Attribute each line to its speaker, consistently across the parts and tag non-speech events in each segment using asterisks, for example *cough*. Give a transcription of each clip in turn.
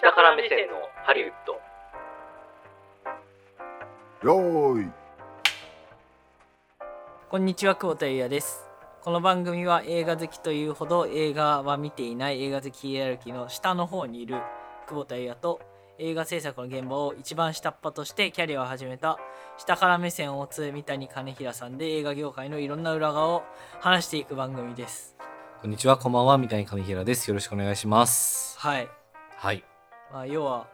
Speaker 1: 下から目線のハリウッド
Speaker 2: よーい
Speaker 3: こんにちは久保田裕也ですこの番組は映画好きというほど映画は見ていない映画好きヒエラルキーの下の方にいる久保田裕也と映画制作の現場を一番下っ端としてキャリアを始めた下から目線を持つ三谷兼平さんで映画業界のいろんな裏側を話していく番組です
Speaker 4: こんにちは、こんばんは、三谷上平です。よろしくお願いします。
Speaker 3: はい、
Speaker 4: はい。
Speaker 3: まあ、要は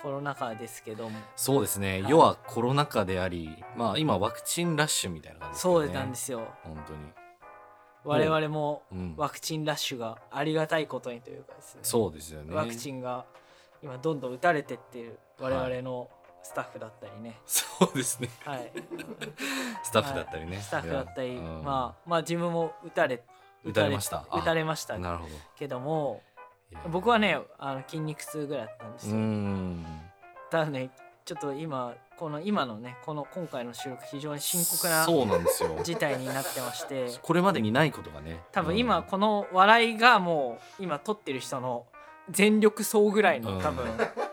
Speaker 3: コロナ禍ですけども
Speaker 4: そうですね。
Speaker 3: はい
Speaker 4: 要はコロナ禍であり、まあ今ワクチンラッシュみたいな感じです
Speaker 3: そ
Speaker 4: よ
Speaker 3: う
Speaker 4: ね。
Speaker 3: なんですよ
Speaker 4: 本当に。
Speaker 3: 我々も
Speaker 4: うん。
Speaker 3: ワクチンラッシュがありがたいことにというかですね
Speaker 4: そうですよね。
Speaker 3: ワクチ
Speaker 4: ン。
Speaker 3: ンが今どんどん打たれてってる我
Speaker 4: はい
Speaker 3: 々のスタッフだったりね、
Speaker 4: そうですね。
Speaker 3: はい
Speaker 4: スタッフだったりね。
Speaker 3: スタッフだったり、
Speaker 4: ま
Speaker 3: まあまあ自分も打たれ
Speaker 4: 打たれました
Speaker 3: 打たれまし
Speaker 4: あ
Speaker 3: た
Speaker 4: なるほど
Speaker 3: けども
Speaker 4: いや。
Speaker 3: 僕はねあの筋肉痛ぐらいだったんで
Speaker 4: う
Speaker 3: す
Speaker 4: ー
Speaker 3: よ、
Speaker 4: ん。
Speaker 3: ただねちょっと今この今のねこの今回の収録非常に深刻な
Speaker 4: そうなんですよ。
Speaker 3: 事態になってまして
Speaker 4: これまでにないことがね。
Speaker 3: 多分
Speaker 4: う
Speaker 3: 今
Speaker 4: ん
Speaker 3: この笑いがもう今撮ってる人の全力走ぐらいの多分、
Speaker 4: うん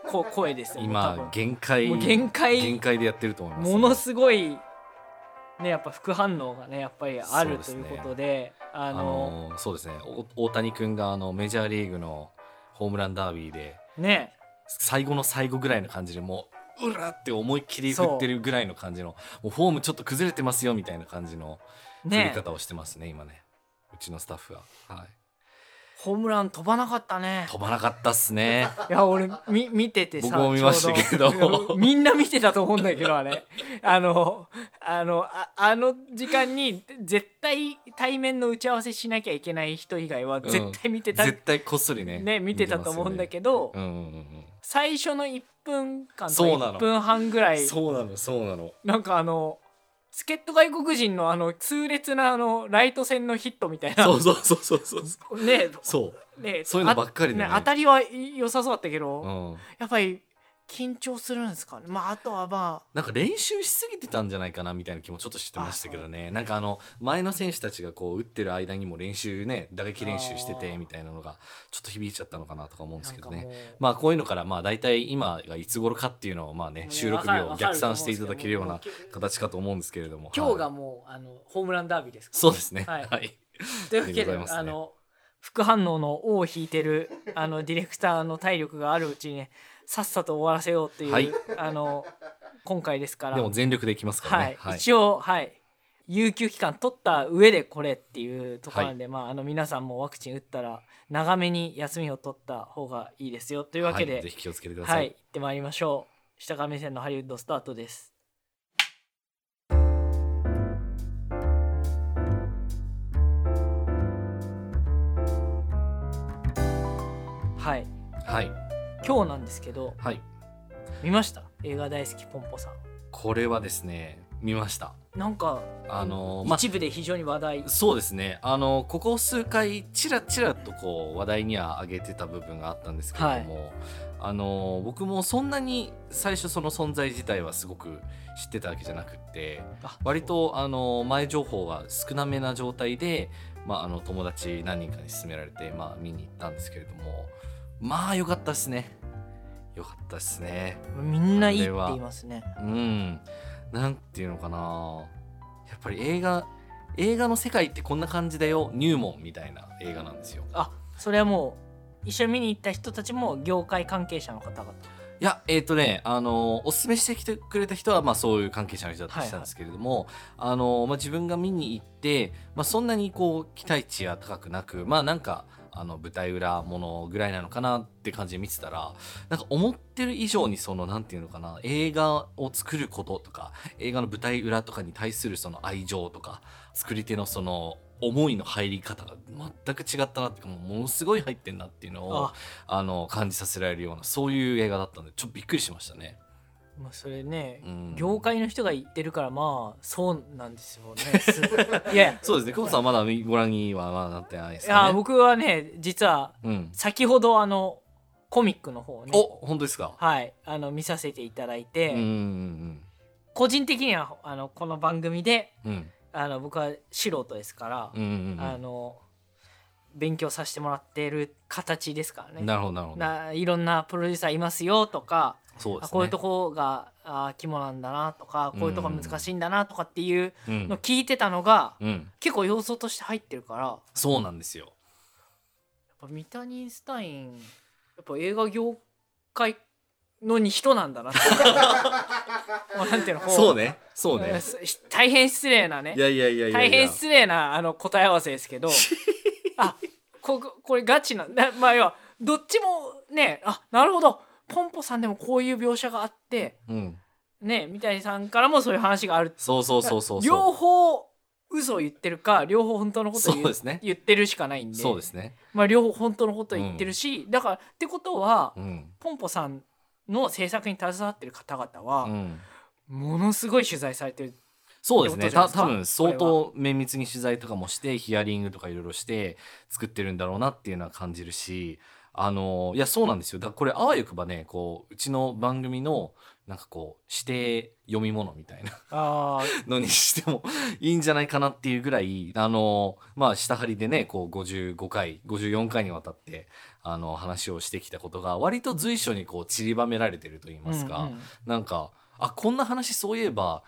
Speaker 3: こう声ですよね多分
Speaker 4: 今限界
Speaker 3: もう限界
Speaker 4: 限界でやってると思いますね。
Speaker 3: ものすごいねやっぱ副反応がねやっぱりあると
Speaker 4: そう
Speaker 3: い
Speaker 4: で
Speaker 3: う
Speaker 4: すね
Speaker 3: ことであ
Speaker 4: あ
Speaker 3: の
Speaker 4: のそうですね。お大谷君があのメジャーリーグのホームランダービーで。
Speaker 3: ね
Speaker 4: 最後の最後ぐらいの感じでもううらって思いっきり振ってるぐらいの感じのもうフォームちょっと崩れてますよみたいな感じの振り
Speaker 3: ね
Speaker 4: 方をしてますね今ねうちのスタッフは、は
Speaker 3: ホームラン飛ばなかったね
Speaker 4: い、飛ばなかったっす
Speaker 3: *laughs*
Speaker 4: ね
Speaker 3: いや俺み見ててさ
Speaker 4: 僕も見ましたけど
Speaker 3: ちょう *laughs* みんな見てたと思うんだけどあれ *laughs* あのあのああの時間に絶対対面の打ち合わせしなきゃいけない人以外は
Speaker 4: うん
Speaker 3: 絶対見てた、
Speaker 4: 絶対こっそりね
Speaker 3: ね見てたと思うんだけど、
Speaker 4: ど、うんうんうん
Speaker 3: 最初の1分間と
Speaker 4: そうなの
Speaker 3: 1分半ぐら
Speaker 4: う
Speaker 3: い
Speaker 4: ん、そうなのそう
Speaker 3: *laughs*
Speaker 4: なの
Speaker 3: なんかあの助っ人外国人のあの痛烈なあのライト線のヒットみたいな
Speaker 4: そうそうそうそうそう
Speaker 3: *laughs* ね
Speaker 4: そう
Speaker 3: ね
Speaker 4: そういうのばっかりだ
Speaker 3: ね
Speaker 4: ね
Speaker 3: 当たりは良さそうだったけど、
Speaker 4: うん、
Speaker 3: やっぱり緊張するんですかねまああとはま
Speaker 4: なんか練習しすぎてたんじゃないかなみたいな気もちょっとしてましたけどねなんかあの前の選手たちがこう打ってる間にも練習ね打撃練習して
Speaker 3: あー
Speaker 4: てみたいなのがちょっと響いちゃったのかなとか思うん
Speaker 3: あ
Speaker 4: です
Speaker 3: なん
Speaker 4: け
Speaker 3: か
Speaker 4: ど
Speaker 3: もう、
Speaker 4: ねまあこういうのからまあ大体今がいつ頃かっていうのをまあね収録日を逆算していただけるような形かと思うんですけれども
Speaker 3: 今日が
Speaker 4: はい
Speaker 3: もうあのホームランダービーですか
Speaker 4: そうですね
Speaker 3: は
Speaker 4: はいい、
Speaker 3: というわけで
Speaker 4: ありがとうございますね
Speaker 3: あの副反応の尾を引いてるあのディレクターの体力があるうちにねさっさと終わらせようっていう、
Speaker 4: はい
Speaker 3: あの今回ですから
Speaker 4: でも全力でいきますから
Speaker 3: はい
Speaker 4: ね、はい
Speaker 3: 一応はい有給期間取った上でこれっていうところなんで、まあ、あの皆さんもワクチン打ったら長めに休みを取った方がいいですよというわけ
Speaker 4: はい
Speaker 3: で
Speaker 4: ぜ、ひ気をつけてくだ
Speaker 3: はい
Speaker 4: さい、
Speaker 3: 行ってまいりましょう下から目線のハリウッドスタートですはい
Speaker 4: はい
Speaker 3: 今日なんですけど
Speaker 4: はい、
Speaker 3: 見ました映画大好きポンポさん
Speaker 4: これはですね見ました
Speaker 3: なんか
Speaker 4: あのーまあ
Speaker 3: 一部で非常に話題、
Speaker 4: そうですねあのここ数回ちらちらとこう話題には挙げてた部分があったんですけれども、あの僕もそんなに最初その存在自体はすごく知ってたわけじゃなくって
Speaker 3: あ
Speaker 4: 割とあの前情報が少なめな状態で、まあ、あの友達何人かに勧められて、まあ、見に行ったんですけれどもまあ良かったですね良かったですね
Speaker 3: みんないいって
Speaker 4: これは
Speaker 3: 言いますね
Speaker 4: うんなんていうのかなやっぱり映画映画の世界ってこんな感じだよ入門みたいな映画なんですよ
Speaker 3: あそれはもう一緒に見に行った人たちも業界関係者の方々
Speaker 4: いやえっ、とねあのおすすめしてきてくれた人は、まあ、そういう関係者の人だったりしたんですけれども、あのまあ、自分が見に行って、まあ、そんなにこう期待値は高くなくまあなんかあの舞台裏ものぐらいなのかなって感じで見てたらなんか思ってる以上にそのなんていうのかな映画を作ることとか映画の舞台裏とかに対するその愛情とか作り手のその思いの入り方が全く違ったなっていうかもうものすごい入ってんなっていうのを
Speaker 3: あ
Speaker 4: あの感じさせられるようなそういう映画だったんでちょっとびっくりしましたね。
Speaker 3: まあそれね、
Speaker 4: うん
Speaker 3: 業界の人が言ってるからまあそうなんです *laughs* よねすいやいや
Speaker 4: そうですね久保田さんはまだご覧にはまだなってないです
Speaker 3: い
Speaker 4: かね。
Speaker 3: や僕はね実は
Speaker 4: うん、
Speaker 3: 先ほどあのコミックの方をね
Speaker 4: お本当ですか、
Speaker 3: はいあの見させていただいて、
Speaker 4: うんうん
Speaker 3: 個人的にはあのこの番組で
Speaker 4: うんうん
Speaker 3: あの僕は素人ですから、
Speaker 4: うんうんうん
Speaker 3: あの勉強させてもらってる形ですからね。
Speaker 4: なるほどなるほど
Speaker 3: ないろんなプロデューサーいますよとか、
Speaker 4: そうで
Speaker 3: あ
Speaker 4: すね
Speaker 3: こういうとこがあ肝なんだなとかこういうとこ難しいんだなとかっていう
Speaker 4: うん
Speaker 3: の聞いてたのが、
Speaker 4: うん、
Speaker 3: 結構要素として入ってるからや
Speaker 4: そうなんですよ
Speaker 3: っぱ三谷インスタインやっぱ映画業界のに人なん
Speaker 4: *laughs*
Speaker 3: だなってもうなんていうのこ
Speaker 4: そうねそうね
Speaker 3: *laughs* 大変失礼なね
Speaker 4: いやいやいやいやいや
Speaker 3: 大変失礼なあの答え合わせですけ
Speaker 4: *laughs*
Speaker 3: どあここれガチななまあ要はどっちもねあなるほどポンポさんでもこういう描写があって
Speaker 4: うん
Speaker 3: ね三谷さんからもそういう話がある
Speaker 4: そうそうそうそうそう
Speaker 3: 両方嘘を言ってるか両方本当のことを言
Speaker 4: そうですね
Speaker 3: 言ってるしかないんで
Speaker 4: そうですね
Speaker 3: まあ、両方本当のことを言ってるし、だからってことは、
Speaker 4: うん
Speaker 3: ポンポさんの制作に携わってる方々
Speaker 4: う
Speaker 3: は、
Speaker 4: ん
Speaker 3: ものすごい取材されてる
Speaker 4: そうですね
Speaker 3: ってことじゃない
Speaker 4: た
Speaker 3: ですか
Speaker 4: 多分相
Speaker 3: これ
Speaker 4: 当綿密に取材とかもしてヒアリングとかいろいろして作ってるんだろうなっていうのは感じるしあのいやそうなんですよだからこれあわよくばねこううちの番組のなんかこう指定読み物みたいな *laughs*
Speaker 3: あー
Speaker 4: のにしてもいいんじゃないかなっていうぐらいあのまあ下張りでねこう55回54回にわたってあの話をしてきたことが割と随所にこう散りばめられてると言いますか、
Speaker 3: うんうん
Speaker 4: なんかあこんな話そういえば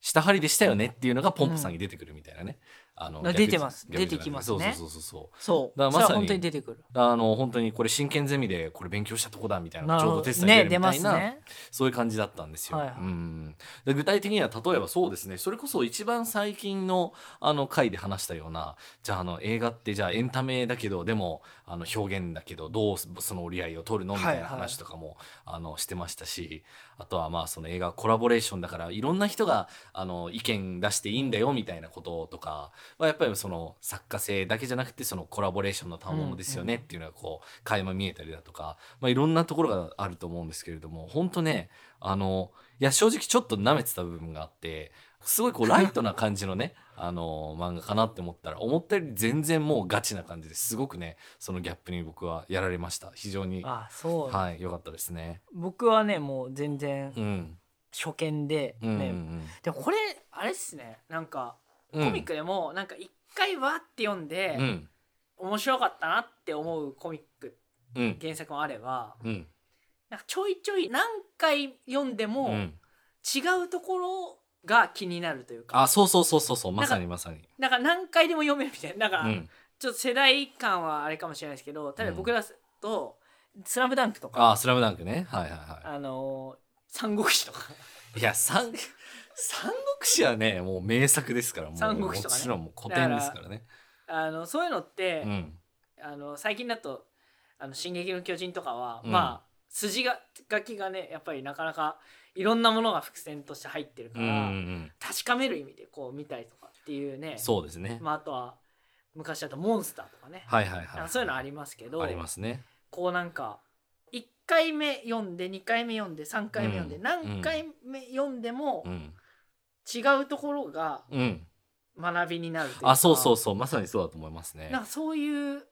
Speaker 4: 下張りでしたよねっていうのがポンプさんに出てくるみたいなね、あの
Speaker 3: あ
Speaker 4: 逆
Speaker 3: 出てます
Speaker 4: 逆じゃない
Speaker 3: 出てきますね
Speaker 4: そうそうそうそうそう
Speaker 3: そう
Speaker 4: だからまさに
Speaker 3: それは本当に出てくる
Speaker 4: あの本当にこれ真剣ゼミでこれ勉強したとこだみたいなちょうどテストに
Speaker 3: ね
Speaker 4: 出る
Speaker 3: 出
Speaker 4: みた
Speaker 3: ま
Speaker 4: い
Speaker 3: す
Speaker 4: な、
Speaker 3: ね
Speaker 4: そういう感じだったんですよ。
Speaker 3: はいはい
Speaker 4: うんで具体的には例えばそうですねそれこそ一番最近のあの回で話したようなじゃああの映画ってじゃあエンタメだけどでもあの表現だけどどうその折り合いを取るのみたいな話とかも、あのしてましたしあとはまあその映画コラボレーションだからいろんな人があの意見出していいんだよみたいなこととかはやっぱりその作家性だけじゃなくてそのコラボレーションの賜物ですよねっていうのがこう垣間見えたりだとか、まあ、いろんなところがあると思うんですけれども本当ねあのいや正直ちょっと舐めてた部分があってすごいこうライトな感じのね *laughs* あの漫画かなって思ったら思ったより全然もうガチな感じですごくねそのギャップに僕はやられました非常に、
Speaker 3: あそう、
Speaker 4: はい、良かったですね。
Speaker 3: 僕はねもう全然
Speaker 4: うん、
Speaker 3: 初見で、
Speaker 4: うん、
Speaker 3: ねでもこれあれっすねなんか
Speaker 4: うん、
Speaker 3: コミックでもなんか一回わーって読んで、
Speaker 4: うん、
Speaker 3: 面白かったなって思うコミック
Speaker 4: うん、
Speaker 3: 原作もあれば
Speaker 4: うん、
Speaker 3: なんかちょいちょい何回読んでも、
Speaker 4: うん、
Speaker 3: 違うところが気になるというか
Speaker 4: あ、そうそうそうそうそう、まさにまさに。
Speaker 3: なんか何回でも読めるみたいななん
Speaker 4: う
Speaker 3: か、
Speaker 4: ん、
Speaker 3: ちょっと世代感はあれかもしれないですけど例えば僕らと「スラムダンクとか
Speaker 4: あ、スラムダンクね、はいはいは
Speaker 3: あのー三国志とか
Speaker 4: い。いや、三、三国志はね、もう名作ですから、もう
Speaker 3: 三国志とかね
Speaker 4: もちろんもう古典ですからね。
Speaker 3: あのそういうのって、
Speaker 4: うん、
Speaker 3: あの最近だと「あの進撃の巨人」とかは、
Speaker 4: うん
Speaker 3: まあ筋が書きがねやっぱりなかなかいろんなものが伏線として入ってるか
Speaker 4: うん、う
Speaker 3: ら、
Speaker 4: ん、
Speaker 3: 確かめる意味でこう見たりとかっていうね
Speaker 4: そうですね。
Speaker 3: まあ、あとは昔だと「モンスター」とかね、
Speaker 4: はいはいはい。
Speaker 3: あそういうのあ
Speaker 4: り
Speaker 3: りますけど。
Speaker 4: ありますね。
Speaker 3: こうなんか1回目読んで2回目読んで3回目読んで、
Speaker 4: うん
Speaker 3: 何回目読んでも
Speaker 4: うん、
Speaker 3: 違うところが
Speaker 4: うん、
Speaker 3: 学びになるというか
Speaker 4: あ、そうそうそう、まさにそうだと思いますね
Speaker 3: なん。かそういう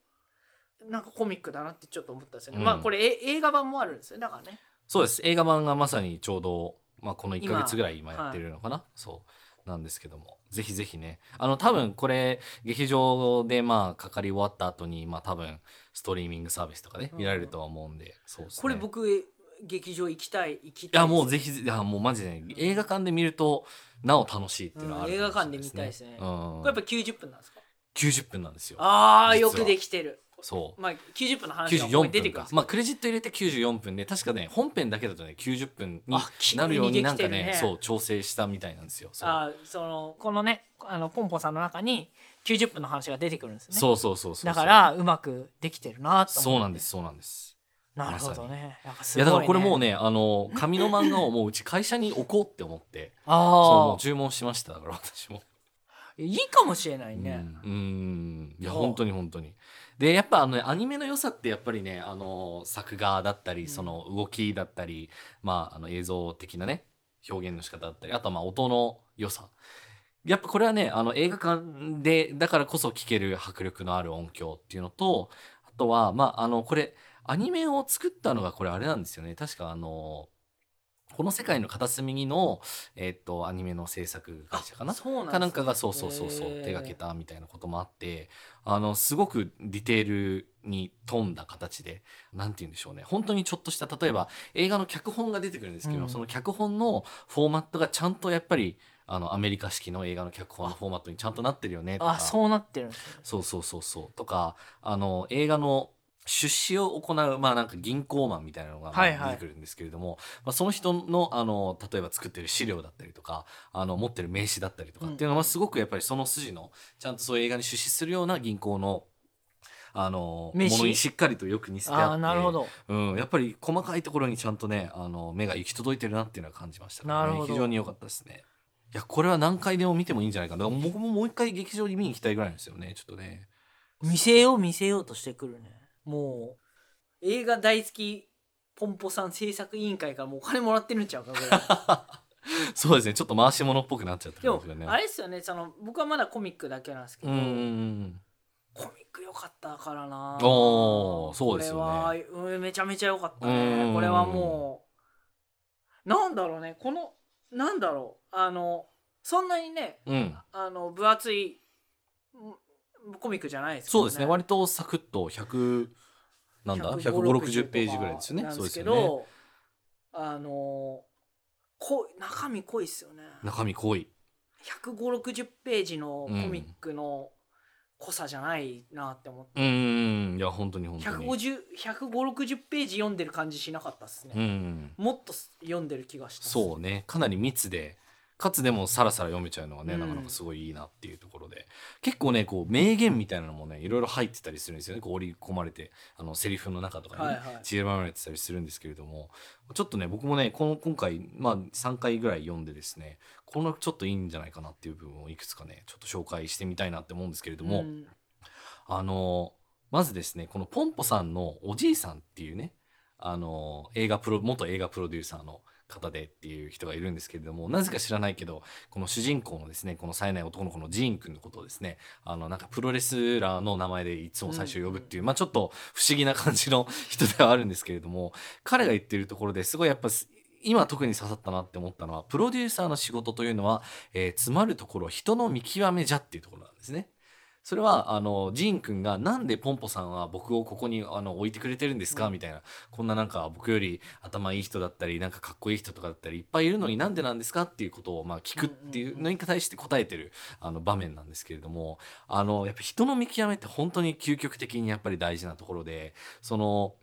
Speaker 3: なんかコミックだなってちょっと思ったんですよね、
Speaker 4: うん
Speaker 3: まあこれえ映画版もあるんですよだからね
Speaker 4: そうです。映画版がまさにちょうど、まあ、この1ヶ
Speaker 3: 今
Speaker 4: 月ぐらい今やってるのかな、そう。なんですけども。ぜひぜひね。あの、多分これ、劇場でまあ、かかり終わった後に、まあ多分、ストリーミングサービスとかね、
Speaker 3: うん
Speaker 4: 見られるとは思うんで、そうですね。
Speaker 3: これ僕劇場行きたい行き
Speaker 4: い
Speaker 3: たい
Speaker 4: や、もう
Speaker 3: です
Speaker 4: ぜひぜひ、いや、もうマジでね、映画館で見ると、なお楽しいっていうのはある
Speaker 3: うん
Speaker 4: かもしれな
Speaker 3: 映画館で見たいですね
Speaker 4: うん。
Speaker 3: これやっぱ90分なんですか
Speaker 4: 90分なんですよ。
Speaker 3: ああ
Speaker 4: 実
Speaker 3: よ
Speaker 4: は
Speaker 3: くできてる
Speaker 4: そう。
Speaker 3: まあ90分の話がここ
Speaker 4: 94
Speaker 3: に出て
Speaker 4: 分
Speaker 3: くるん
Speaker 4: か
Speaker 3: ですけど
Speaker 4: まあクレジット入れて94分で確かね本編だけだとね90分に
Speaker 3: あ急に
Speaker 4: なるようになんかね
Speaker 3: できてるね
Speaker 4: そう調整したみたいなんですよそう
Speaker 3: あーそのこのねあのポンポさんの中に90分の話が出てくるんですね
Speaker 4: そうそうそうそう
Speaker 3: だからうまくできてるなと思って
Speaker 4: そうなんですそうなんです
Speaker 3: なるほどねやっぱす
Speaker 4: いや
Speaker 3: ごい,、ね、
Speaker 4: だからこれもうねあの紙の漫画をもううち会社に置こうって思ってそうも
Speaker 3: *laughs* あ
Speaker 4: う
Speaker 3: あ
Speaker 4: 注文しましただから私も
Speaker 3: いいかもしれないね、
Speaker 4: うんうんいや
Speaker 3: そう
Speaker 4: 本当に本当にでやっぱあのねアニメの良さってやっぱりねあの作画だった
Speaker 3: うん
Speaker 4: りその動きだったり、まああの映像的なね表現の仕方だったりあとはまあ音の良さやっぱこれはねあの映画館でだからこそ聴ける迫力のある音響っていうのとあとはまああのこれアニメを作ったのがこれあれなんですよね確かあのこの世界の片隅にの、えっと、アニメの制作会社かな
Speaker 3: そうなんですね
Speaker 4: かなんかがそうそうそうそう
Speaker 3: へー
Speaker 4: 手がけたみたいなこともあってあのすごくディテールに富んだ形でなんて言うんでしょうね本当にちょっとした例えば映画の脚本が出てくるんですけど、
Speaker 3: うん
Speaker 4: その脚本のフォーマットがちゃんとやっぱりあのアメリカ式の映画の脚本のフォーマットにちゃんとなってるよねとか
Speaker 3: あそうなってるんですね
Speaker 4: そうそうそうそうとかあの映画の出資を行う、まあ、なんか銀行マンみたいなのがまあ
Speaker 3: はいはい
Speaker 4: 出てくるんですけれども、まあ、その人のあの例えば作ってる資料だったりとかあの持ってる名刺だったりとかっていうのはすごくやっぱりその筋のちゃんとそういう映画に出資するような銀行のあの
Speaker 3: 名刺
Speaker 4: ものにしっかりとよく似せてあっ
Speaker 3: あ
Speaker 4: て
Speaker 3: あなるほど
Speaker 4: うん、やっぱり細かいところにちゃんとねあの目が行き届いてるなっていうのは感じましたね
Speaker 3: なるほど
Speaker 4: 非常に良かったですねいやこれは何回でも見てもいいんじゃないかなだから僕ももう一回劇場に見に行きたいぐらいなんですよねちょっとね *laughs*
Speaker 3: 見せよう見せようとしてくるねもう映画大好きポンポさん制作委員会からもうお金もらってるんちゃうかぐ
Speaker 4: *laughs*
Speaker 3: らい
Speaker 4: そうですねちょっと回し物っぽくなっちゃった
Speaker 3: で
Speaker 4: 感
Speaker 3: も
Speaker 4: じがね
Speaker 3: あれですよねその僕はまだコミックだけなんですけ
Speaker 4: う
Speaker 3: ど、
Speaker 4: んうんうん
Speaker 3: コミック良かったからな
Speaker 4: おーそうですよね
Speaker 3: これはうんめちゃめちゃ良かった
Speaker 4: う
Speaker 3: ね
Speaker 4: ん
Speaker 3: これはもうなんだろうねこのなんだろうあのそんなにね
Speaker 4: うん
Speaker 3: あの分厚いんコミックじゃないですけ
Speaker 4: そ
Speaker 3: ど
Speaker 4: うですね割とサクッと100なんだ15060ページぐらいですよね
Speaker 3: なん
Speaker 4: そう
Speaker 3: で
Speaker 4: ですす
Speaker 3: け
Speaker 4: よね
Speaker 3: ど、あのこ中身濃いっすよね。
Speaker 4: 中身濃い
Speaker 3: 15060ページのコミックの濃さじゃないなって思って。
Speaker 4: うんうんうんいや本当に本当に
Speaker 3: 150 150ページ読んでる感じしなかったっすね、
Speaker 4: うん
Speaker 3: もっと読んでる気がしたっす
Speaker 4: そうねかなり密でかつでもさらさら読めちゃうのがね、
Speaker 3: うん
Speaker 4: なかなかすごいいいなっていうところで結構ねこう名言みたいなのもねいろいろ入ってたりするんですよねこう織り込まれてあのセリフの中とかに、ね
Speaker 3: はいはい
Speaker 4: 散りばめられてたりするんですけれどもちょっとね僕もねこの今回、まあ、3回ぐらい読んでですねこのちょっといいんじゃないかなっていう部分をいくつかねちょっと紹介してみたいなって思うんですけれども、
Speaker 3: ん
Speaker 4: あのまずですねこのポンポさんのおじいさんっていうねあの映画プロ元映画プロデューサーの方でっていう人がいるんですけれどもなぜか知らないけどこの主人公のですねこの冴えない男の子のジーン君のことをですねあのなんかプロレスラーの名前でいつも最初呼ぶっていう、まあちょっと不思議な感じの人ではあるんですけれども彼が言ってるところですごいやっぱす今特に刺さったなって思ったのはプロデューサーの仕事というのは、えー詰まるところ人の見極めじゃっていうところなんですね。それはあのジーン君がなんでポンポさんは僕をここにあの置いてくれてるんですか、
Speaker 3: うん
Speaker 4: みたいなこんななんか僕より頭いい人だったりなんかかっこいい人とかだったりいっぱいいるのになんでなんですかっていうことをまあ聞くっていうのに対して答えてるあの場面なんですけれどもあのやっぱ人の見極めって本当に究極的にやっぱり大事なところでその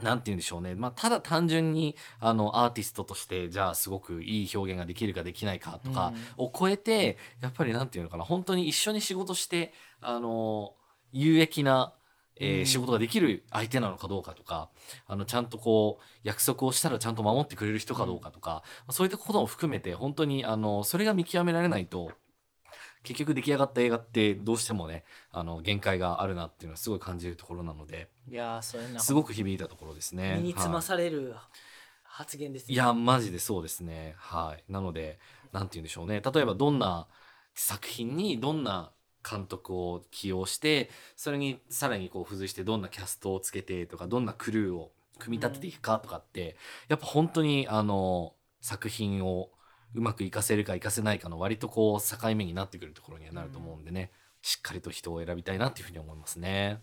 Speaker 4: なんて言うんでしょうね。まあ、ただ単純に、あの、アーティストとして、じゃあ、すごくいい表現ができるかできないかとかを超えて、やっぱりなんていうのかな、本当に一緒に仕事して、あの、有益な、えー
Speaker 3: うん
Speaker 4: 仕事ができる相手なのかどうかとか、あの、ちゃんとこう、約束をしたらちゃんと守ってくれる人かどうかとか、そういったことも含めて、本当に、あの、それが見極められないと、結局出来上がった映画ってどうしてもね、あの、限界があるなっていうのはすごい感じるところなので、
Speaker 3: いやーそれなんか
Speaker 4: すごく響いたところですね。
Speaker 3: 身につま
Speaker 4: は
Speaker 3: される発言です
Speaker 4: い、いや、マジでそうですね。はい。なので、なんて言うんでしょうね。例えば、どんな作品にどんな監督を起用して、それにさらにこう付随してどんなキャストをつけてとか、どんなクルーを組み立てていくかとかって、やっぱ本当に、あの、作品をうまく活かせるか活かせないかの割とこう境目になってくるところにはなると思うんでね、しっかりと人を選びたいなっていうふうに思いますね。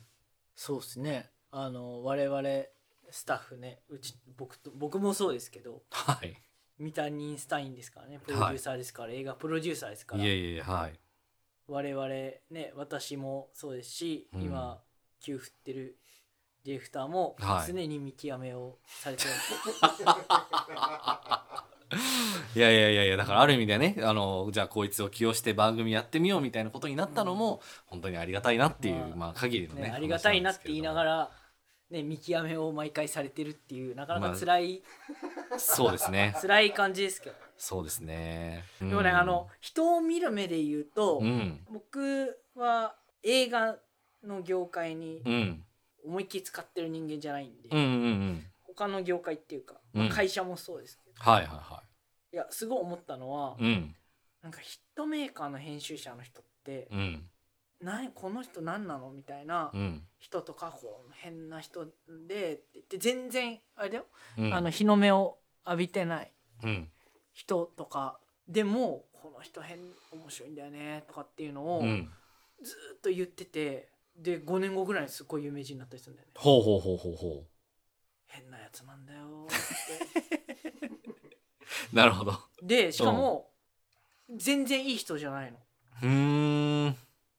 Speaker 3: そうですねあの我々スタッフねうち僕と僕もそうですけど
Speaker 4: はい。
Speaker 3: 三谷インスタインですからねプロデューサーですから、映画プロデューサーですから
Speaker 4: いえいえいえ、はい。
Speaker 3: 我々ね私もそうですし、
Speaker 4: うん
Speaker 3: 今給付ってるディレクターも
Speaker 4: はい
Speaker 3: 常に見極めをされてる、
Speaker 4: いやいやいやいやだからある意味ではねあのじゃあこいつを起用して番組やってみようみたいなことになったのも本当にありがたいなっていう、
Speaker 3: まあ
Speaker 4: まあ限り *laughs* のね
Speaker 3: ねありがたいなって言いなが
Speaker 4: ら
Speaker 3: ら、ね、見極めを毎回されてるっていうなかな
Speaker 4: ま
Speaker 3: か
Speaker 4: あ
Speaker 3: 辛い、
Speaker 4: そうですね
Speaker 3: 辛い感じですけど、
Speaker 4: そうですね
Speaker 3: でもねあの人を見る目で言うと、
Speaker 4: うん
Speaker 3: 僕は映画の業界に
Speaker 4: うん
Speaker 3: 思いっきり使ってる人間じゃないんで、
Speaker 4: うんうんうん
Speaker 3: 他の業界っていうか、まあ
Speaker 4: うん
Speaker 3: 会社もそうですけど、
Speaker 4: はいはいはい
Speaker 3: やすごい思ったのは、
Speaker 4: いうん
Speaker 3: なんかヒットメーカーの編集者の人って、
Speaker 4: うん
Speaker 3: なこの人何なのみたいな
Speaker 4: うん
Speaker 3: 人とかこう変な人でって言って全然あれだよ、
Speaker 4: うん
Speaker 3: あの日の目を浴びてない
Speaker 4: うん
Speaker 3: 人とかでもこの人変面白いんだよねとかっていうのを
Speaker 4: うん
Speaker 3: ずーっと言っててで5年後ぐらいにすごい有名人になったりするんだよね
Speaker 4: ほうほうほうほうほ
Speaker 3: 変なやつなんだ
Speaker 4: *laughs*
Speaker 3: よって
Speaker 4: うなるほど
Speaker 3: でしかも全然いい人じゃないの
Speaker 4: うーん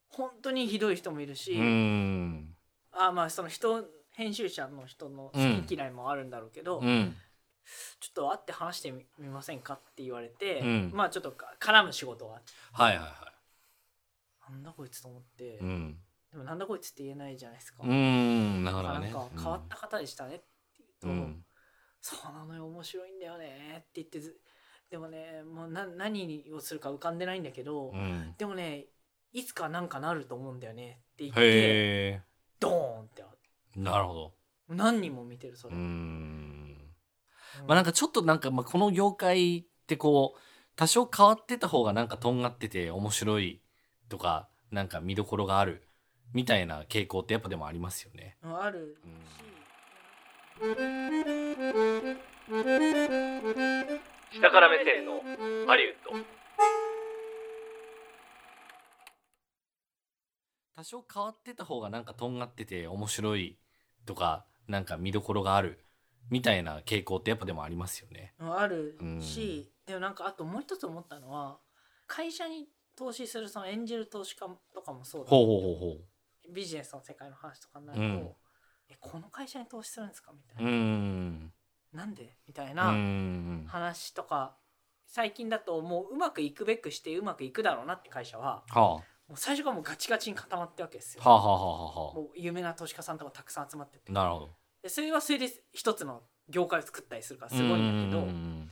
Speaker 3: 本当にひどい人もいるし、
Speaker 4: うーん
Speaker 3: あまあその人編集者の人の好き嫌いもあるんだろうけど、
Speaker 4: うん
Speaker 3: ちょっと会って話してみみませんかって言われて、
Speaker 4: うん
Speaker 3: まあちょっとか絡む仕事があって
Speaker 4: はいはいは
Speaker 3: なんだこいつと思って、
Speaker 4: いうん
Speaker 3: でもなんだこいつって言えないじゃないですか、
Speaker 4: うーんなか
Speaker 3: だか
Speaker 4: なか
Speaker 3: らな
Speaker 4: ね
Speaker 3: んか変わった方でしたねって
Speaker 4: う
Speaker 3: 言うと、
Speaker 4: ん
Speaker 3: そうなのよ面白いんだよねって言ってずでもねもうな何をするか浮かんでないんだけど、
Speaker 4: うん
Speaker 3: でもねいつかなんかなると思うんだよねって言って
Speaker 4: へえ
Speaker 3: ドーンって
Speaker 4: なるほど
Speaker 3: 何人も見てるそう
Speaker 4: ー
Speaker 3: れ、
Speaker 4: ん
Speaker 3: う
Speaker 4: まあなん
Speaker 3: か
Speaker 4: かちょっとなんかまあこの業界ってこう多少変わってた方がなんかとんがってて面白いとかなんか見どころがあるみたいな傾向ってやっぱでもありますよね。
Speaker 3: うんある
Speaker 4: うん
Speaker 1: 下から目線のハリウッド
Speaker 4: 多少変わってた方がなんかとんがってて面白いとかなんか見どころがあるみたいな傾向ってやっぱでもありますよね。
Speaker 3: うんあるし、でもなんかあともう一つ思ったのは会社に投資するその演じる投資家とかもそうだ
Speaker 4: ほうほうほうほ
Speaker 3: ビジネスの世界の話とかになると、
Speaker 4: うん
Speaker 3: えこの会社に投資するんですかみた
Speaker 4: う。
Speaker 3: いう
Speaker 4: ー
Speaker 3: な、
Speaker 4: ん。
Speaker 3: なんでみたいう
Speaker 4: ー
Speaker 3: な、
Speaker 4: ん。は
Speaker 3: 話とか最近だともううまくいくべくしてうまくいくだろうなって会社は
Speaker 4: あ。は
Speaker 3: もう最初からもうガチガチに固まってるわけですよ。
Speaker 4: あはあはあはあは
Speaker 3: もう有名な投資家さんとかたくさん集まってて
Speaker 4: あ。なるほど。
Speaker 3: でそれはそれで一つの業界を作ったりするからすごいんだ
Speaker 4: う
Speaker 3: け
Speaker 4: ー
Speaker 3: ど
Speaker 4: ん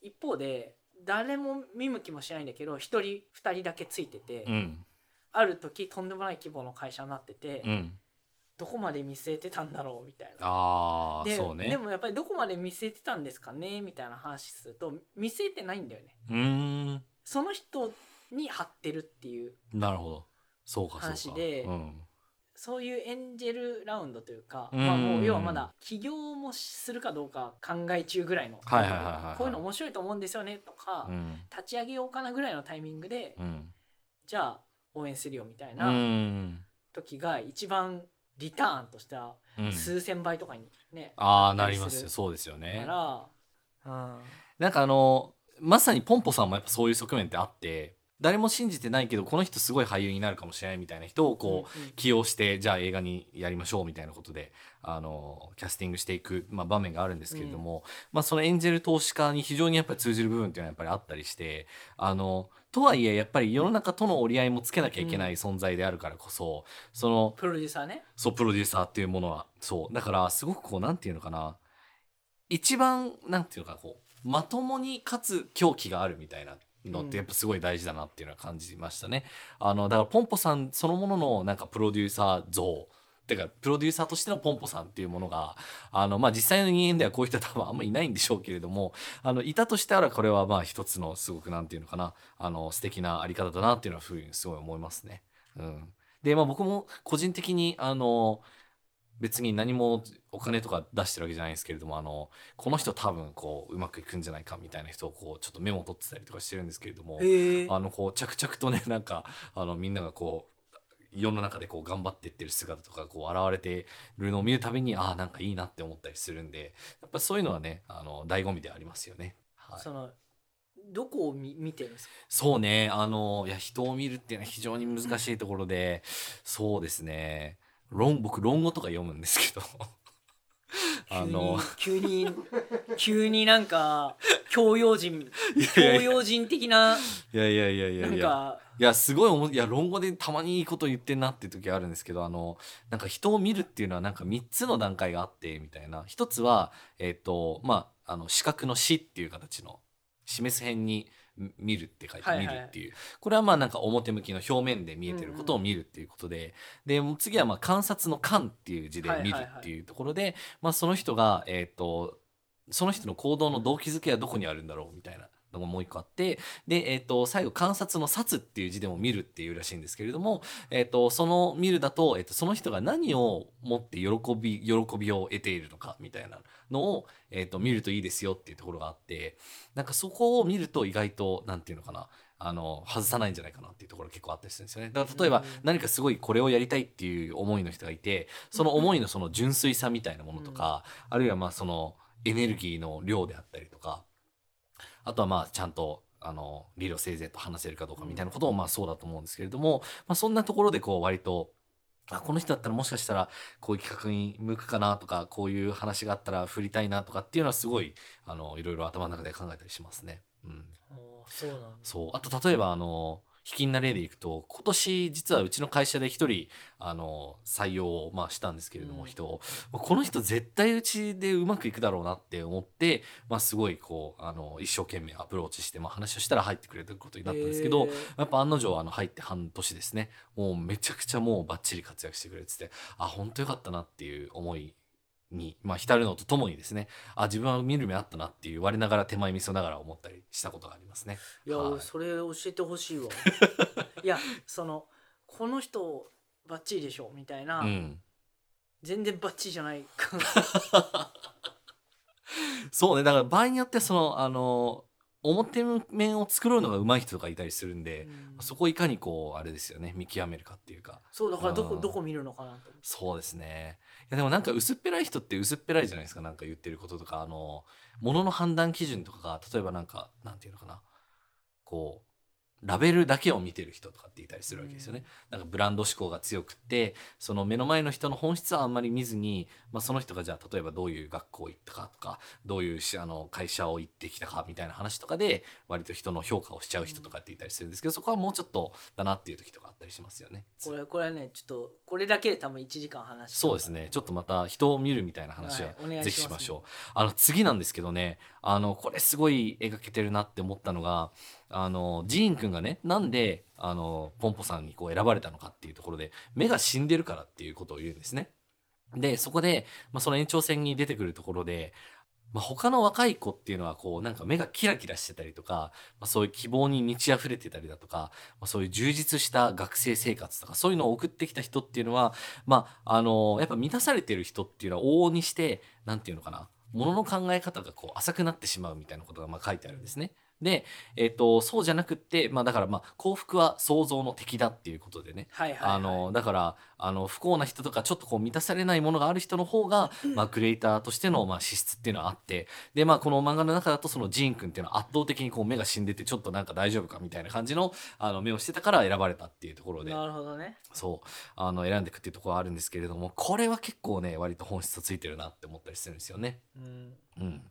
Speaker 3: 一方で誰も見向きもしないんだけど一人二人だけついてて、
Speaker 4: うん。
Speaker 3: ある時とんでもない規模の会社になってて、
Speaker 4: うん。
Speaker 3: どこまで見据えてたんだろうみたいな。
Speaker 4: ああ、
Speaker 3: で
Speaker 4: そうね。
Speaker 3: でもやっぱりどこまで見据えてたんですかねみたいな話すると見据えてないんだよね。
Speaker 4: うーん。
Speaker 3: その人に張ってるっていう
Speaker 4: なるほど。そうか、そうか。
Speaker 3: 話で
Speaker 4: うん。
Speaker 3: そういうエンジェルラウンドというか、
Speaker 4: うん
Speaker 3: まあ、もう要はまだ起業もするかどうか考え中ぐらいの、
Speaker 4: はいはいはいはいはい
Speaker 3: こういうの面白いと思うんですよねとか、
Speaker 4: うん。
Speaker 3: 立ち上げようかなぐらいのタイミングで、
Speaker 4: うん。。
Speaker 3: じゃあ応援するよみたいうなん時が一番リターンとしては
Speaker 4: うん
Speaker 3: 数千倍とかにね、
Speaker 4: ああ、なります
Speaker 3: する
Speaker 4: よ。そうですよね
Speaker 3: だ。から、うん
Speaker 4: なんかあの、まさにポンポさんもやっぱそういう側面ってあって、誰も信じてないけど、この人すごい俳優になるかもしれないみたいな人をこう、
Speaker 3: うんうん
Speaker 4: 起用して、じゃあ映画にやりましょうみたいなことで、あの、キャスティングしていく、まあ、場面があるんですけれども、まあそのエンジェル投資家に非常にやっぱり通じる部分っていうのはやっぱりあったりして、あの、とはいえやっぱり世の中との折り合いもつけなきゃいけない存在であるからこそ、その、
Speaker 3: プロデューサーね、
Speaker 4: そう、プロデューサーっていうものは。そう。だから、すごくこう、なんていうのかな。一番、なんていうのか、こう、まともにかつ狂気があるみたいなのっ
Speaker 3: うん
Speaker 4: て、やっぱすごい大事だなっていうのは感じましたね。あの、だから、ポンポさんそのものの、なんか、プロデューサー像。てか、プロデューサーとしてのポンポさんっていうものが、あの、まあ、実際の人間ではこういう人は多分あんまりいないんでしょうけれども、あの、いたとしたら、これはまあ、一つの、すごく、なんていうのかな、あの、素敵なあり方だなっていうのは、ふうにすごい思いますね。うん。で、まあ、僕も個人的にあの別に何もお金とか出してるわけじゃないんですけれどもあのこの人多分こううまくいくんじゃないかみたいな人をこうちょっとメモ取ってたりとかしてるんですけれども、
Speaker 3: へえ
Speaker 4: あのこう着々とね *laughs* なんかあのみんながこう世の中でこう頑張っていってる姿とかこう現れてるのを見るたびにああなんかいいなって思ったりするんでやっぱそういうのはねあの醍醐味でありますよね。はい、
Speaker 3: そのどこを見見てるんですか
Speaker 4: そうね。あの、いや、人を見るっていうのは非常に難しいところで、そうですね。論、僕、論語とか読むんですけど。 *laughs* あの、
Speaker 3: 急に急に急になんか教養人
Speaker 4: *laughs* い
Speaker 3: 教
Speaker 4: やいや
Speaker 3: 養人的ない
Speaker 4: やいやいやい
Speaker 3: な
Speaker 4: や
Speaker 3: ん
Speaker 4: いや。
Speaker 3: か
Speaker 4: いや、すごいおも、いや、論語でたまにいいこと言ってんなっていう時あるんですけど、あの、なんか人を見るっていうのはなんか3つの段階があって、みたいな。一つは、えっ、と、まあ、あの、視覚の視っていう形の、示す辺にみ見るって書いて、
Speaker 3: はいはい
Speaker 4: 見るっていう。これはまあなんか表向きの表面で見えてることを
Speaker 3: うん
Speaker 4: 見るっていうことで、でもう次はまあ観察の観っていう字で見る
Speaker 3: はいはいはい
Speaker 4: っていうところで、まあその人がえっ、とその人の行動の動機づけはどこにあるんだろうみたいなのがもう一個あって、で、えっ、と、最後、観察の殺っていう字でも見るっていうらしいんですけれども、えっ、と、その見るだと、えっ、と、その人が何を持って喜び、喜びを得ているのかみたいなのを、えっ、と、見るといいですよっていうところがあって、なんかそこを見ると意外と、なんていうのかな、あの、外さないんじゃないかなっていうところが結構あったりするんですよね。だから例え
Speaker 3: うん
Speaker 4: ば何かすごいこれをやりたいっていう思いの人がいて、その思いのその純粋さみたいなものとか、あるいはまあそのエネルギーの量であったりとか、あとはまあちゃんと、あの、理路整然と話せるかどうかみたいなこともまあそうだと思うんですけれども、まあそんなところでこう割と、あこの人だったらもしかしたらこういう企画に向くかなとか、こういう話があったら振りたいなとかっていうのはすごい、あの、いろいろ頭の中で考えたりしますね。うん。
Speaker 3: おーそうなんだ
Speaker 4: そう。あと、例えば、あの、卑近な例でいくと、今年、実はうちの会社で一人、あの、採用を、まあ、したんですけれども、
Speaker 3: うん
Speaker 4: 人を。この人、絶対うちでうまくいくだろうなって思って、まあ、すごい、こう、あの、一生懸命アプローチして、まあ、話をしたら入ってくれたことになったんですけど、
Speaker 3: へー
Speaker 4: やっぱ案の定、あの、入って半年ですね。もう、めちゃくちゃもう、バッチリ活躍してくれてて、あ、本当よかったなっていう思いに、まあ、浸るのとともにですね、あ、自分は見る目あったなっていう、我ながら手前味噌ながら思ったりしたことがありますね。
Speaker 3: いや、
Speaker 4: はい
Speaker 3: 俺それ教えてほし
Speaker 4: *laughs*
Speaker 3: いわいやそのこの人バッチリでしょみたいな、
Speaker 4: うん。
Speaker 3: 全然バッチリじゃない
Speaker 4: そうね、だから場合によってはその、あの、表面を作るのが上手い人とかいたりするんで、
Speaker 3: うん
Speaker 4: そこをいかにこう、あれですよね、見極めるかっていうか。
Speaker 3: そうだからどこ
Speaker 4: うん
Speaker 3: どこ見るのかなと思って
Speaker 4: そうですね。いやでもなんか薄っぺらい人って薄っぺらいじゃないですか、なんか言ってることとか、あの、ものの判断基準とかが、例えばなんか、なんていうのかな、こう、ラベルだけを見てる人とかっていたりするわけですよね。なんかブランド志向が強くって、その目の前の人の本質はあんまり見ずに、まあ、その人がじゃあ例えばどういう学校行ったかとか、どういうしあの会社を行ってきたかみたいな話とかで、割と人の評価をしちゃう人とかっていたりするんですけど、そこはもうちょっとだなっていう時とかあったりしますよね。
Speaker 3: これこれはねちょっとこれだけで多分1時間話して
Speaker 4: そうですね。ちょっとまた人を見るみたいな話
Speaker 3: はい
Speaker 4: は
Speaker 3: お願いします
Speaker 4: ぜひしましょう。あの次なんですけどね、あのこれすごい描けてるなって思ったのが、あのジーンくんがね、なんであのポンポさんにこう選ばれたのかっていうところで、目が死んでるからっていうことを言うんですね。で、そこで、まあ、その延長戦に出てくるところで、まあ、他の若い子っていうのはこうなんか目がキラキラしてたりとか、まあ、そういう希望に満ち溢れてたりだとか、まあ、そういう充実した学生生活とかそういうのを送ってきた人っていうのはまあ、あのやっぱ満たされてる人っていうのは往々にして、なんていうのかな、ものの考え方がこう浅くなってしまうみたいなことがまあ書いてあるんですね。で、えっ、と、そうじゃなくって、まあだからまあ幸福は想像の敵だっていうことでね。
Speaker 3: はいはい、はい、
Speaker 4: あの、だから、あの、不幸な人とか、ちょっとこう満たされないものがある人の方が、まあ、クリエイターとしての、まあ、資質っていうのはあって、で、まあ、この漫画の中だと、そのジーン君っていうのは圧倒的にこう目が死んでて、ちょっとなんか大丈夫かみたいな感じの、あの、目をしてたから選ばれたっていうところで。
Speaker 3: なるほどね
Speaker 4: そうあの選んでいくっていうところはあるんですけれどもこれは結構ね割と本質ついてるなって思ったりするんですよね。
Speaker 3: うん
Speaker 4: うん、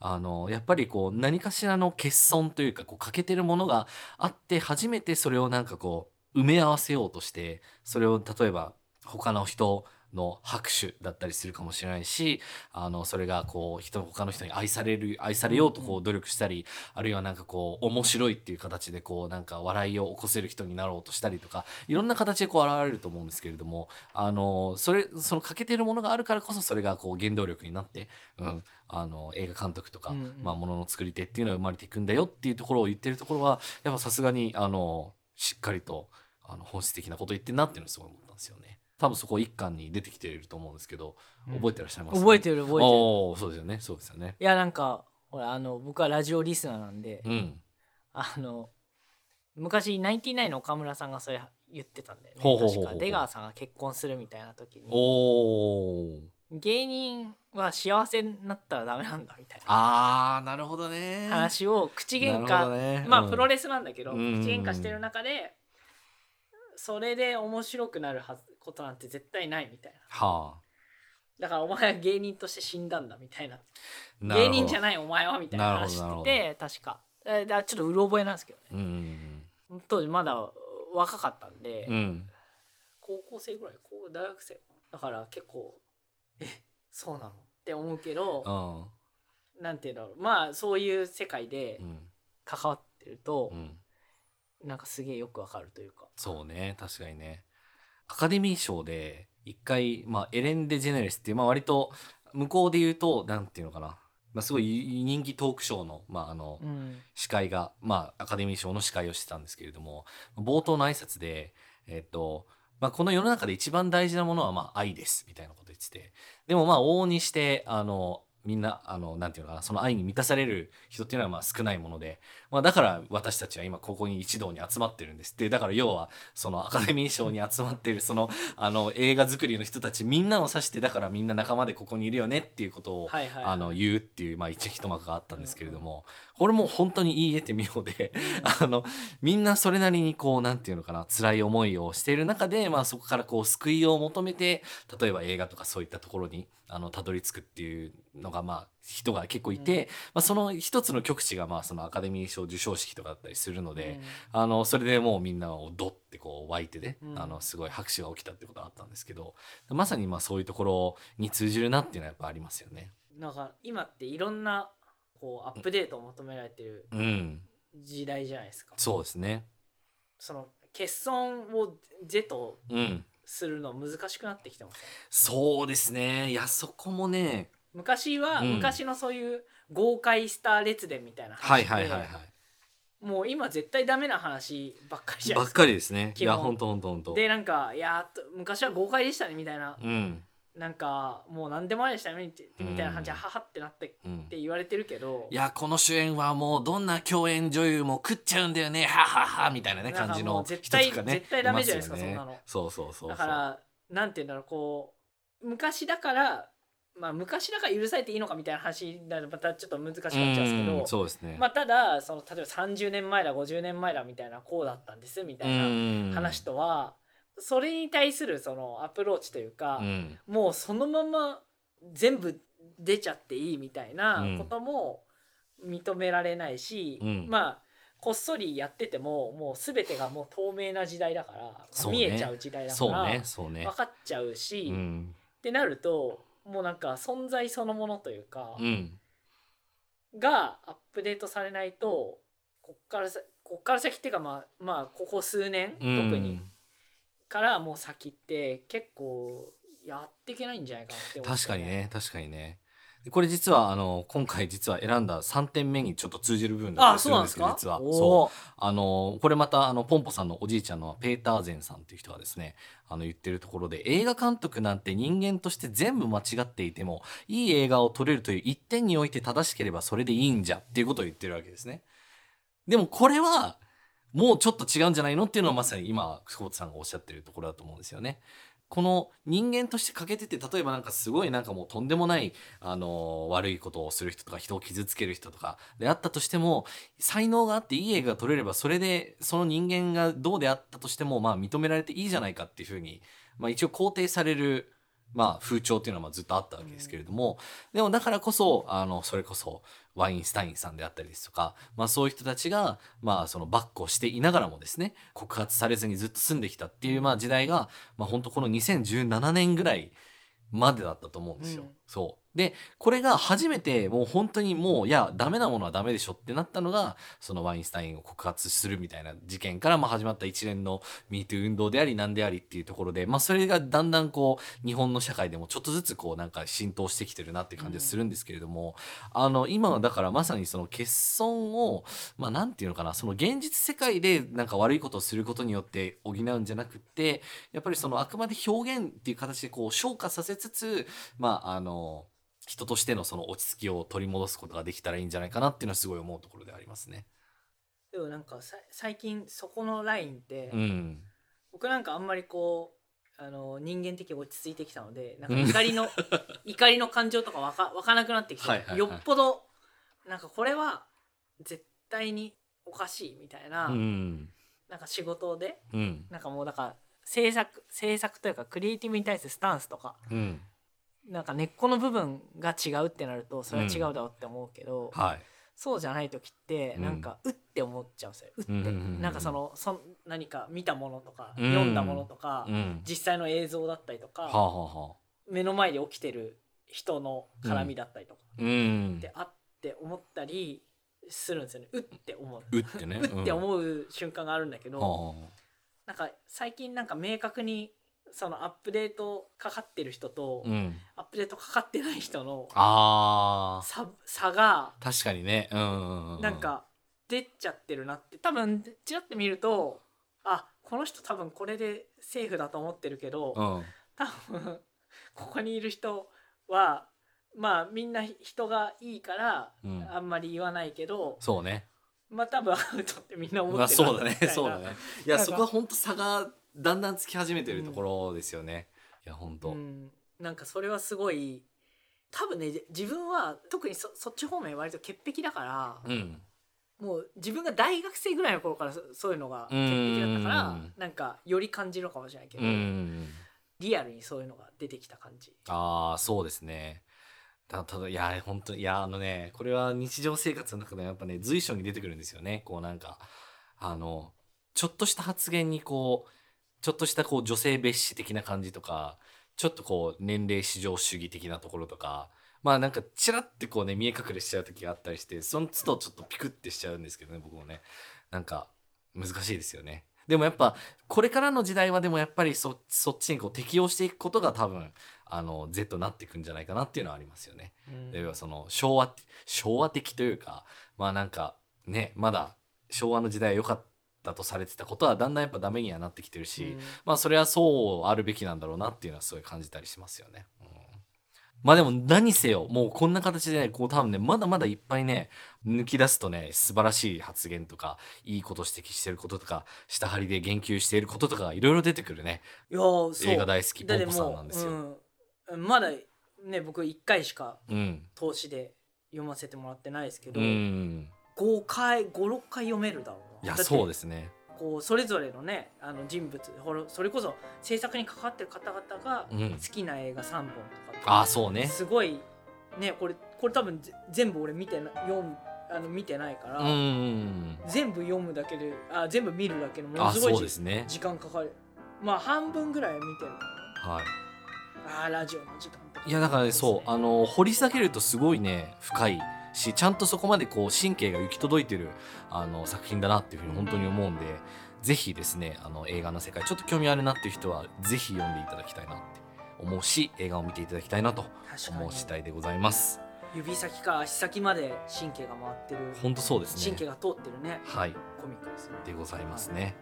Speaker 4: あのやっぱりこう何かしらの欠損というかこう欠けてるものがあって初めてそれをなんかこう埋め合わせようとしてそれを例えば他の人の拍手だったりするかもしれないしあのそれがこう人他の人に愛される愛されようとこう努力したり、あるいはなんかこう面白いっていう形でこうなんか笑いを起こせる人になろうとしたりとかいろんな形でこう現れると思うんですけれどもあのそれその欠けてるものがあるからこそそれがこう原動力になって、うん、あの映画監督とか、
Speaker 3: うんうん
Speaker 4: まあ、ものの作り手っていうのは生まれていくんだよっていうところを言ってるところはやっぱさすがにあのしっかりとあの本質的なこと言ってんなっていうのをすごい思ったんですよね。多分そこ一巻に出てきてると思うんですけど覚えてらっしゃいます
Speaker 3: 覚え
Speaker 4: る
Speaker 3: てる覚えてる
Speaker 4: おーそうですよねそうですよね。
Speaker 3: いやなんかほらあの僕はラジオリスナーなんで、
Speaker 4: うん。
Speaker 3: あの昔ナインティナインの岡村さんがそれ言ってたんだよね
Speaker 4: ほうほうほうほう
Speaker 3: 確か出川さんが結婚するみたいな時に
Speaker 4: おー
Speaker 3: 芸人は幸せになったらダメなんだみたいな
Speaker 4: あーなるほどね。
Speaker 3: 話を口喧
Speaker 4: なるほ
Speaker 3: 嘩、
Speaker 4: どね
Speaker 3: まあプロ
Speaker 4: レ
Speaker 3: レスなんだけど、
Speaker 4: うんうんうん
Speaker 3: 口喧嘩してる中でそれで面白くなるはずことなんて絶対ないみたいな
Speaker 4: は
Speaker 3: だからお前は芸人として死んだんだみたいな
Speaker 4: あ
Speaker 3: 芸人じゃ
Speaker 4: ない。
Speaker 3: ないお前はみたいな話
Speaker 4: なるほど
Speaker 3: してて確かえだからちょっとうろ覚えなんですけどね
Speaker 4: うん
Speaker 3: 当時まだ若かったんで、
Speaker 4: うんうん。うん
Speaker 3: 高校生ぐらい高大学生だから結構えそうなのって思うけど
Speaker 4: うん
Speaker 3: なんていうんだろうまあそういう世界で
Speaker 4: うん
Speaker 3: 関わってると
Speaker 4: う、ん。
Speaker 3: なんかすげえよくわかるというか
Speaker 4: そうね、確かにね。アカデミー賞で、一回、まあ、エレン・デジェネレスっていう、まあ、割と、向こうで言うと、なんていうのかな。まあ、すごい人気トークショーの,、まああの
Speaker 3: うん
Speaker 4: 司会が、まあ、アカデミー賞の司会をしてたんですけれども冒頭の挨拶で、えっとまあ、この世の中で一番大事なものはまあ愛ですみたいなこと言っててでもまあ往々にしてあのみんなあのなんていうのかなその愛に満たされる人っていうのはまあ少ないもので、まあ、だから私たちは今ここに一堂に集まってるんですってだから要はそのアカデミー賞に集まってるそのあの映画作りの人たちみんなを指してだからみんな仲間でここにいるよねっていうことを
Speaker 3: はいはい
Speaker 4: あの言うっていう、まあ、一一幕があったんですけれども、これも本当にいい絵って妙で *laughs* あのみんなそれなりにこうなんていうのかな辛い思いをしている中で、まあ、そこからこう救いを求めて例えば映画とかそういったところにあのたどり着くっていうのがまあ人が結構いて、まあ、その一つの局地がまあそのアカデミー賞授賞式とかだったりするので、あのそれでもうみんなをドッてこう湧いてね、
Speaker 3: うん
Speaker 4: あのすごい拍手が起きたってことがあったんですけどまさにまあそういうところに通じるなっていうのはやっぱありますよね。
Speaker 3: うんなんか今っていろんなこうアップデートを求められてる
Speaker 4: うん
Speaker 3: 時代じゃないですか
Speaker 4: そうですね。
Speaker 3: その欠損を是と
Speaker 4: うん。
Speaker 3: するの難しくなってきてます
Speaker 4: そうですね。いや、そこもね。
Speaker 3: 昔は、
Speaker 4: うん
Speaker 3: 昔のそういう豪快スター列伝みたいな
Speaker 4: は
Speaker 3: 話
Speaker 4: い
Speaker 3: で
Speaker 4: はいはいは
Speaker 3: もう今絶対ダメな話ばっかりじ
Speaker 4: い。
Speaker 3: ゃな
Speaker 4: ばっ
Speaker 3: いですか
Speaker 4: かりですね。い
Speaker 3: 基本
Speaker 4: や、ほんとほんとほんと。
Speaker 3: でなんかいやーっと昔は豪快でしたねみたいな、
Speaker 4: うん。
Speaker 3: なんかもう何でもありでしたねみたいみたいな感じで、
Speaker 4: うん
Speaker 3: ははってなってっ
Speaker 4: うん
Speaker 3: て言われてるけど
Speaker 4: いやこの主演はもうどんな共演女優も食っちゃうんだよねはははみたいなね
Speaker 3: なんか
Speaker 4: 感じ
Speaker 3: も
Speaker 4: の
Speaker 3: う絶
Speaker 4: 人と
Speaker 3: 対
Speaker 4: かね
Speaker 3: 絶対ダメじゃないですか
Speaker 4: ますよね
Speaker 3: そんなの
Speaker 4: そうそうそうそう
Speaker 3: だからなんて言うんだろうこう昔だからまあ昔だから許されていいのかみたいな話になるとまたちょっと難しくなっちゃうんですけど、
Speaker 4: うんそうですね
Speaker 3: まあ、ただその例えば30年前だ50年前だみたいなこうだったんですみたいな話とは、それに対するそのアプローチというか
Speaker 4: う、ん
Speaker 3: もうそのまま全部出ちゃっていいみたいな
Speaker 4: うん
Speaker 3: ことも認められないし、
Speaker 4: うん
Speaker 3: まあこっそりやっててももう全てがもう透明な時代だから、
Speaker 4: そうね
Speaker 3: 見えちゃう時代だか
Speaker 4: そう
Speaker 3: ら、
Speaker 4: ねそうね
Speaker 3: 分かっちゃうし、
Speaker 4: う
Speaker 3: っ
Speaker 4: ん
Speaker 3: てなるともうなんか存在そのものというか。
Speaker 4: うん
Speaker 3: がアップデートされないとこっからさこっから先っていうかまあまあここ数年、
Speaker 4: うん
Speaker 3: 特にからもう先って結構やっていけないんじゃないかなって思って
Speaker 4: 確かにね確かにねでこれ実はあの今回実は選んだ3点目にちょっと通じる部分だった
Speaker 3: あ
Speaker 4: りす
Speaker 3: そう
Speaker 4: る
Speaker 3: なん
Speaker 4: で
Speaker 3: んですす
Speaker 4: けど
Speaker 3: か
Speaker 4: 実は
Speaker 3: おー
Speaker 4: そうあのこれまたあのポンポさんのおじいちゃんのペーターゼンさんっていう人がですねあの言ってるところで映画監督なんて人間として全部間違っていてもいい映画を撮れるという一点において正しければそれでいいんじゃっていうことを言ってるわけですね。でもこれはもうちょっと違うんじゃないのっていうのはまさに今久保田さんがおっしゃってるところだと思うんですよね。この人間として欠けてて例えばなんかすごいなんかもうとんでもない、あの悪いことをする人とか人を傷つける人とかであったとしても才能があっていい映画が撮れればそれでその人間がどうであったとしてもまあ認められていいじゃないかっていうふうに、まあ、一応肯定される、まあ、風潮っていうのはまあずっとあったわけですけれども、でもだからこそあのそれこそワインスタインさんであったりですとか、まあ、そういう人たちが、まあ、そのバックをしていながらもですね告発されずにずっと住んできたっていうまあ時代が、まあ、本当この2017年ぐらいまでだったと思うんですよ。
Speaker 3: うん
Speaker 4: そうでこれが初めてもう本当にもういやダメなものはダメでしょってなったのがそのワインスタインを告発するみたいな事件からまあ始まった一連の MeToo 運動であり何でありっていうところで、まあ、それがだんだんこう日本の社会でもちょっとずつこうなんか浸透してきてるなっていう感じがするんですけれども、あの今はだからまさにその欠損をまあなんていうのかなその現実世界でなんか悪いことをすることによって補うんじゃなくってやっぱりそのあくまで表現っていう形でこう昇華させつつまああの人としてのその落ち着きを取り戻すことができたらいいんじゃないかなっていうのはすごい思うところでありますね。
Speaker 3: でもなんかさ最近そこのラインって、
Speaker 4: うん、
Speaker 3: 僕なんかあんまりこうあの人間的に落ち着いてきたのでなんか怒
Speaker 4: *laughs*
Speaker 3: りの怒りの感情とかわかわかなくなってきて、
Speaker 4: はいはいはい
Speaker 3: よっぽどなんかこれは絶対におかしいみたいな、
Speaker 4: うん、
Speaker 3: なんか仕事で
Speaker 4: うん、
Speaker 3: なんかもうだから制作制作というかクリエイティブに対するスタンスとか
Speaker 4: うん、
Speaker 3: なんか根っこの部分が違うってなるとそれは違うだろうって思うけど、
Speaker 4: はい、
Speaker 3: そうじゃない時って
Speaker 4: うん
Speaker 3: なんかうって思っちゃうんですよ、うって、
Speaker 4: うんうんうんうん
Speaker 3: なんかそのそん何か見たものとか、
Speaker 4: うん
Speaker 3: 読んだものとか、
Speaker 4: うん、
Speaker 3: 実際の映像だったりとか、
Speaker 4: はあ、はあはあ、
Speaker 3: 目の前で起きてる人の絡みだったりとか
Speaker 4: うん
Speaker 3: っ、てあって思ったりするんですよねうって思う。
Speaker 4: うってね、
Speaker 3: うって
Speaker 4: う
Speaker 3: 思う瞬間があるんだけど、
Speaker 4: んはあはあ
Speaker 3: なんか最近なんか明確にそのアップデートかかってる人と、
Speaker 4: うん、
Speaker 3: アップデートかかってない人の
Speaker 4: あー
Speaker 3: 差差が
Speaker 4: 確かにねうんうう
Speaker 3: なんか出ちゃってるなって多分ちらって見るとあこの人多分これでセーフだと思ってるけど、
Speaker 4: うん
Speaker 3: 多分ここにいる人はまあみんな人がいいから
Speaker 4: うん
Speaker 3: あんまり言わないけど、
Speaker 4: そうね
Speaker 3: まあ多分アウトってみんな思って
Speaker 4: まあ
Speaker 3: る
Speaker 4: そ
Speaker 3: ん
Speaker 4: うだね *laughs*
Speaker 3: みたいな
Speaker 4: そうだねいや
Speaker 3: なん
Speaker 4: そ
Speaker 3: か
Speaker 4: こは本当差がだんだんつき始めてるところですよね、いや本当、
Speaker 3: うん、なんかそれはすごい多分ね自分は特にそそっち方面割と潔癖だから、
Speaker 4: うん
Speaker 3: もう自分が大学生ぐらいの頃からそそういうのが潔癖だっ
Speaker 4: う
Speaker 3: たから
Speaker 4: ん
Speaker 3: なんかより感じるのかもしれないけど、
Speaker 4: うん
Speaker 3: リアルにそういうのが出てきた感じ。
Speaker 4: ああそうですねたただいや本当にいやあのねこれは日常生活の中でやっぱね随所に出てくるんですよねこうなんかあのちょっとした発言にこうちょっとしたこう女性蔑視的な感じとかちょっとこう年齢至上主義的なところとかまあなんかちらってこうね見え隠れしちゃう時があったりしてその都度ちょっとピクってしちゃうんですけどね僕もねなんか難しいですよねでもやっぱこれからの時代はでもやっぱりそそっちにこう適応していくことが多分あの Z になっていくんじゃないかなっていうのはありますよね。例えばその昭和昭和的というかまあなんかねまだ昭和の時代は良かったとされてたことはだんだんやっぱダメにはなってきてるし、
Speaker 3: うん
Speaker 4: まあそれはそうあるべきなんだろうなっていうのはすごい感じたりしますよね。うんまあでも何せよもうこんな形でねこう多分ねまだまだいっぱいね抜き出すとね素晴らしい発言とかいいこと指摘してることとか下張りで言及していることとかいろいろ出てくるね
Speaker 3: いやーそう
Speaker 4: 映画大好きポ
Speaker 3: だっ
Speaker 4: ン
Speaker 3: て
Speaker 4: ポさんなんですよ。
Speaker 3: もう、うん、まだね僕1回しか
Speaker 4: うん、
Speaker 3: 投資で読ませてもらってないですけど、
Speaker 4: うん、
Speaker 3: 5回56回読めるだろう
Speaker 4: いや
Speaker 3: な
Speaker 4: そうですすね
Speaker 3: こうそれぞれのねあの人物ほらそれこそ制作に関わってる方々が
Speaker 4: う
Speaker 3: 好
Speaker 4: ん
Speaker 3: きな映画3本とか
Speaker 4: ああそうね
Speaker 3: すごいねこれこれ多分ぜ全部俺見てな読んあの見てないから、
Speaker 4: うん
Speaker 3: 全部読むだけであ全部見るだけでもの
Speaker 4: あ
Speaker 3: すご
Speaker 4: そう
Speaker 3: い
Speaker 4: で
Speaker 3: じ
Speaker 4: すね
Speaker 3: 時間かかるまあ半分ぐらいは見てるのか
Speaker 4: は
Speaker 3: なあーラジオの時間とか
Speaker 4: いいやだからね
Speaker 3: ですね
Speaker 4: そうあの掘り下げるとすごいね深いしちゃんとそこまでこう神経が行き届いてるあの作品だなっていうふうに本当に思うんでぜひですねあの映画の世界ちょっと興味あるなっていう人はぜひ読んでいただきたいなって思うし映画を見ていただきたいなと
Speaker 3: 確か
Speaker 4: 思
Speaker 3: に
Speaker 4: う次第でございます
Speaker 3: 指先から足先まで神経が回ってる
Speaker 4: 本当そうです
Speaker 3: 神経
Speaker 4: ね
Speaker 3: が通ってるね
Speaker 4: はい
Speaker 3: コミックですね
Speaker 4: でございますね。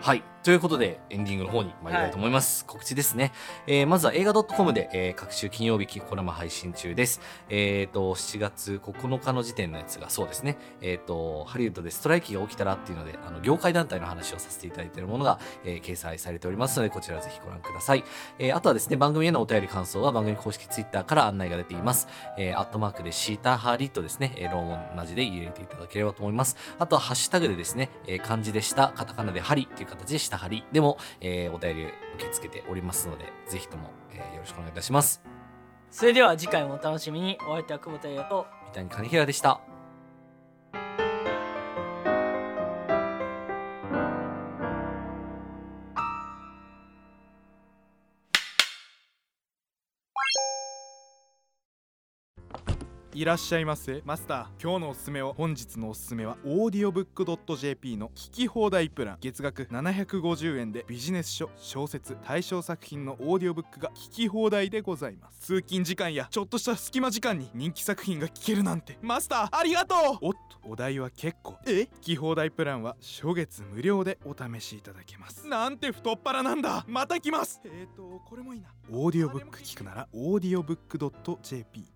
Speaker 4: はい。ということで、エンディングの方に参りたいと思います。告知ですね。えーまずは映画 .com で、えー各週金曜日、コラム配信中です。えっ、と、7月9日の時点のやつが、そうですね。えっ、と、ハリウッドでストライキが起きたらっていうので、あの、業界団体の話をさせていただいているものが、えー掲載されておりますので、こちらぜひご覧ください。えーあとはですね、番組へのお便り感想は番組公式ツイッターから案内が出ています。えーアットマークでシーターハリットですね、えーローマ同じで入れていただければと思います。あとはハッシュタグでですね、えー漢字でした、カタカナでハリという形でしたハリでも、えーお便り受け付けておりますので、ぜひとも、えーよろしくお願いいたします。
Speaker 3: それでは次回もお楽しみにお相手は久保田優也と
Speaker 4: 三谷兼平でした。
Speaker 2: いらっしゃいませマスター今日のおすすめを本日のおすすめはオーディオブックドット JP の聞き放題プラン月額750円でビジネス書小説対象作品のオーディオブックが聞き放題でございます通勤時間やちょっとした隙間時間に人気作品が聞けるなんてマスターありがとうおっとお題は結構え聞き放題プランは初月無料でお試しいただけますなんて太っ腹なんだまた来ますえーとこれもいいなオーディオブック聞くならオーディオブックドット JP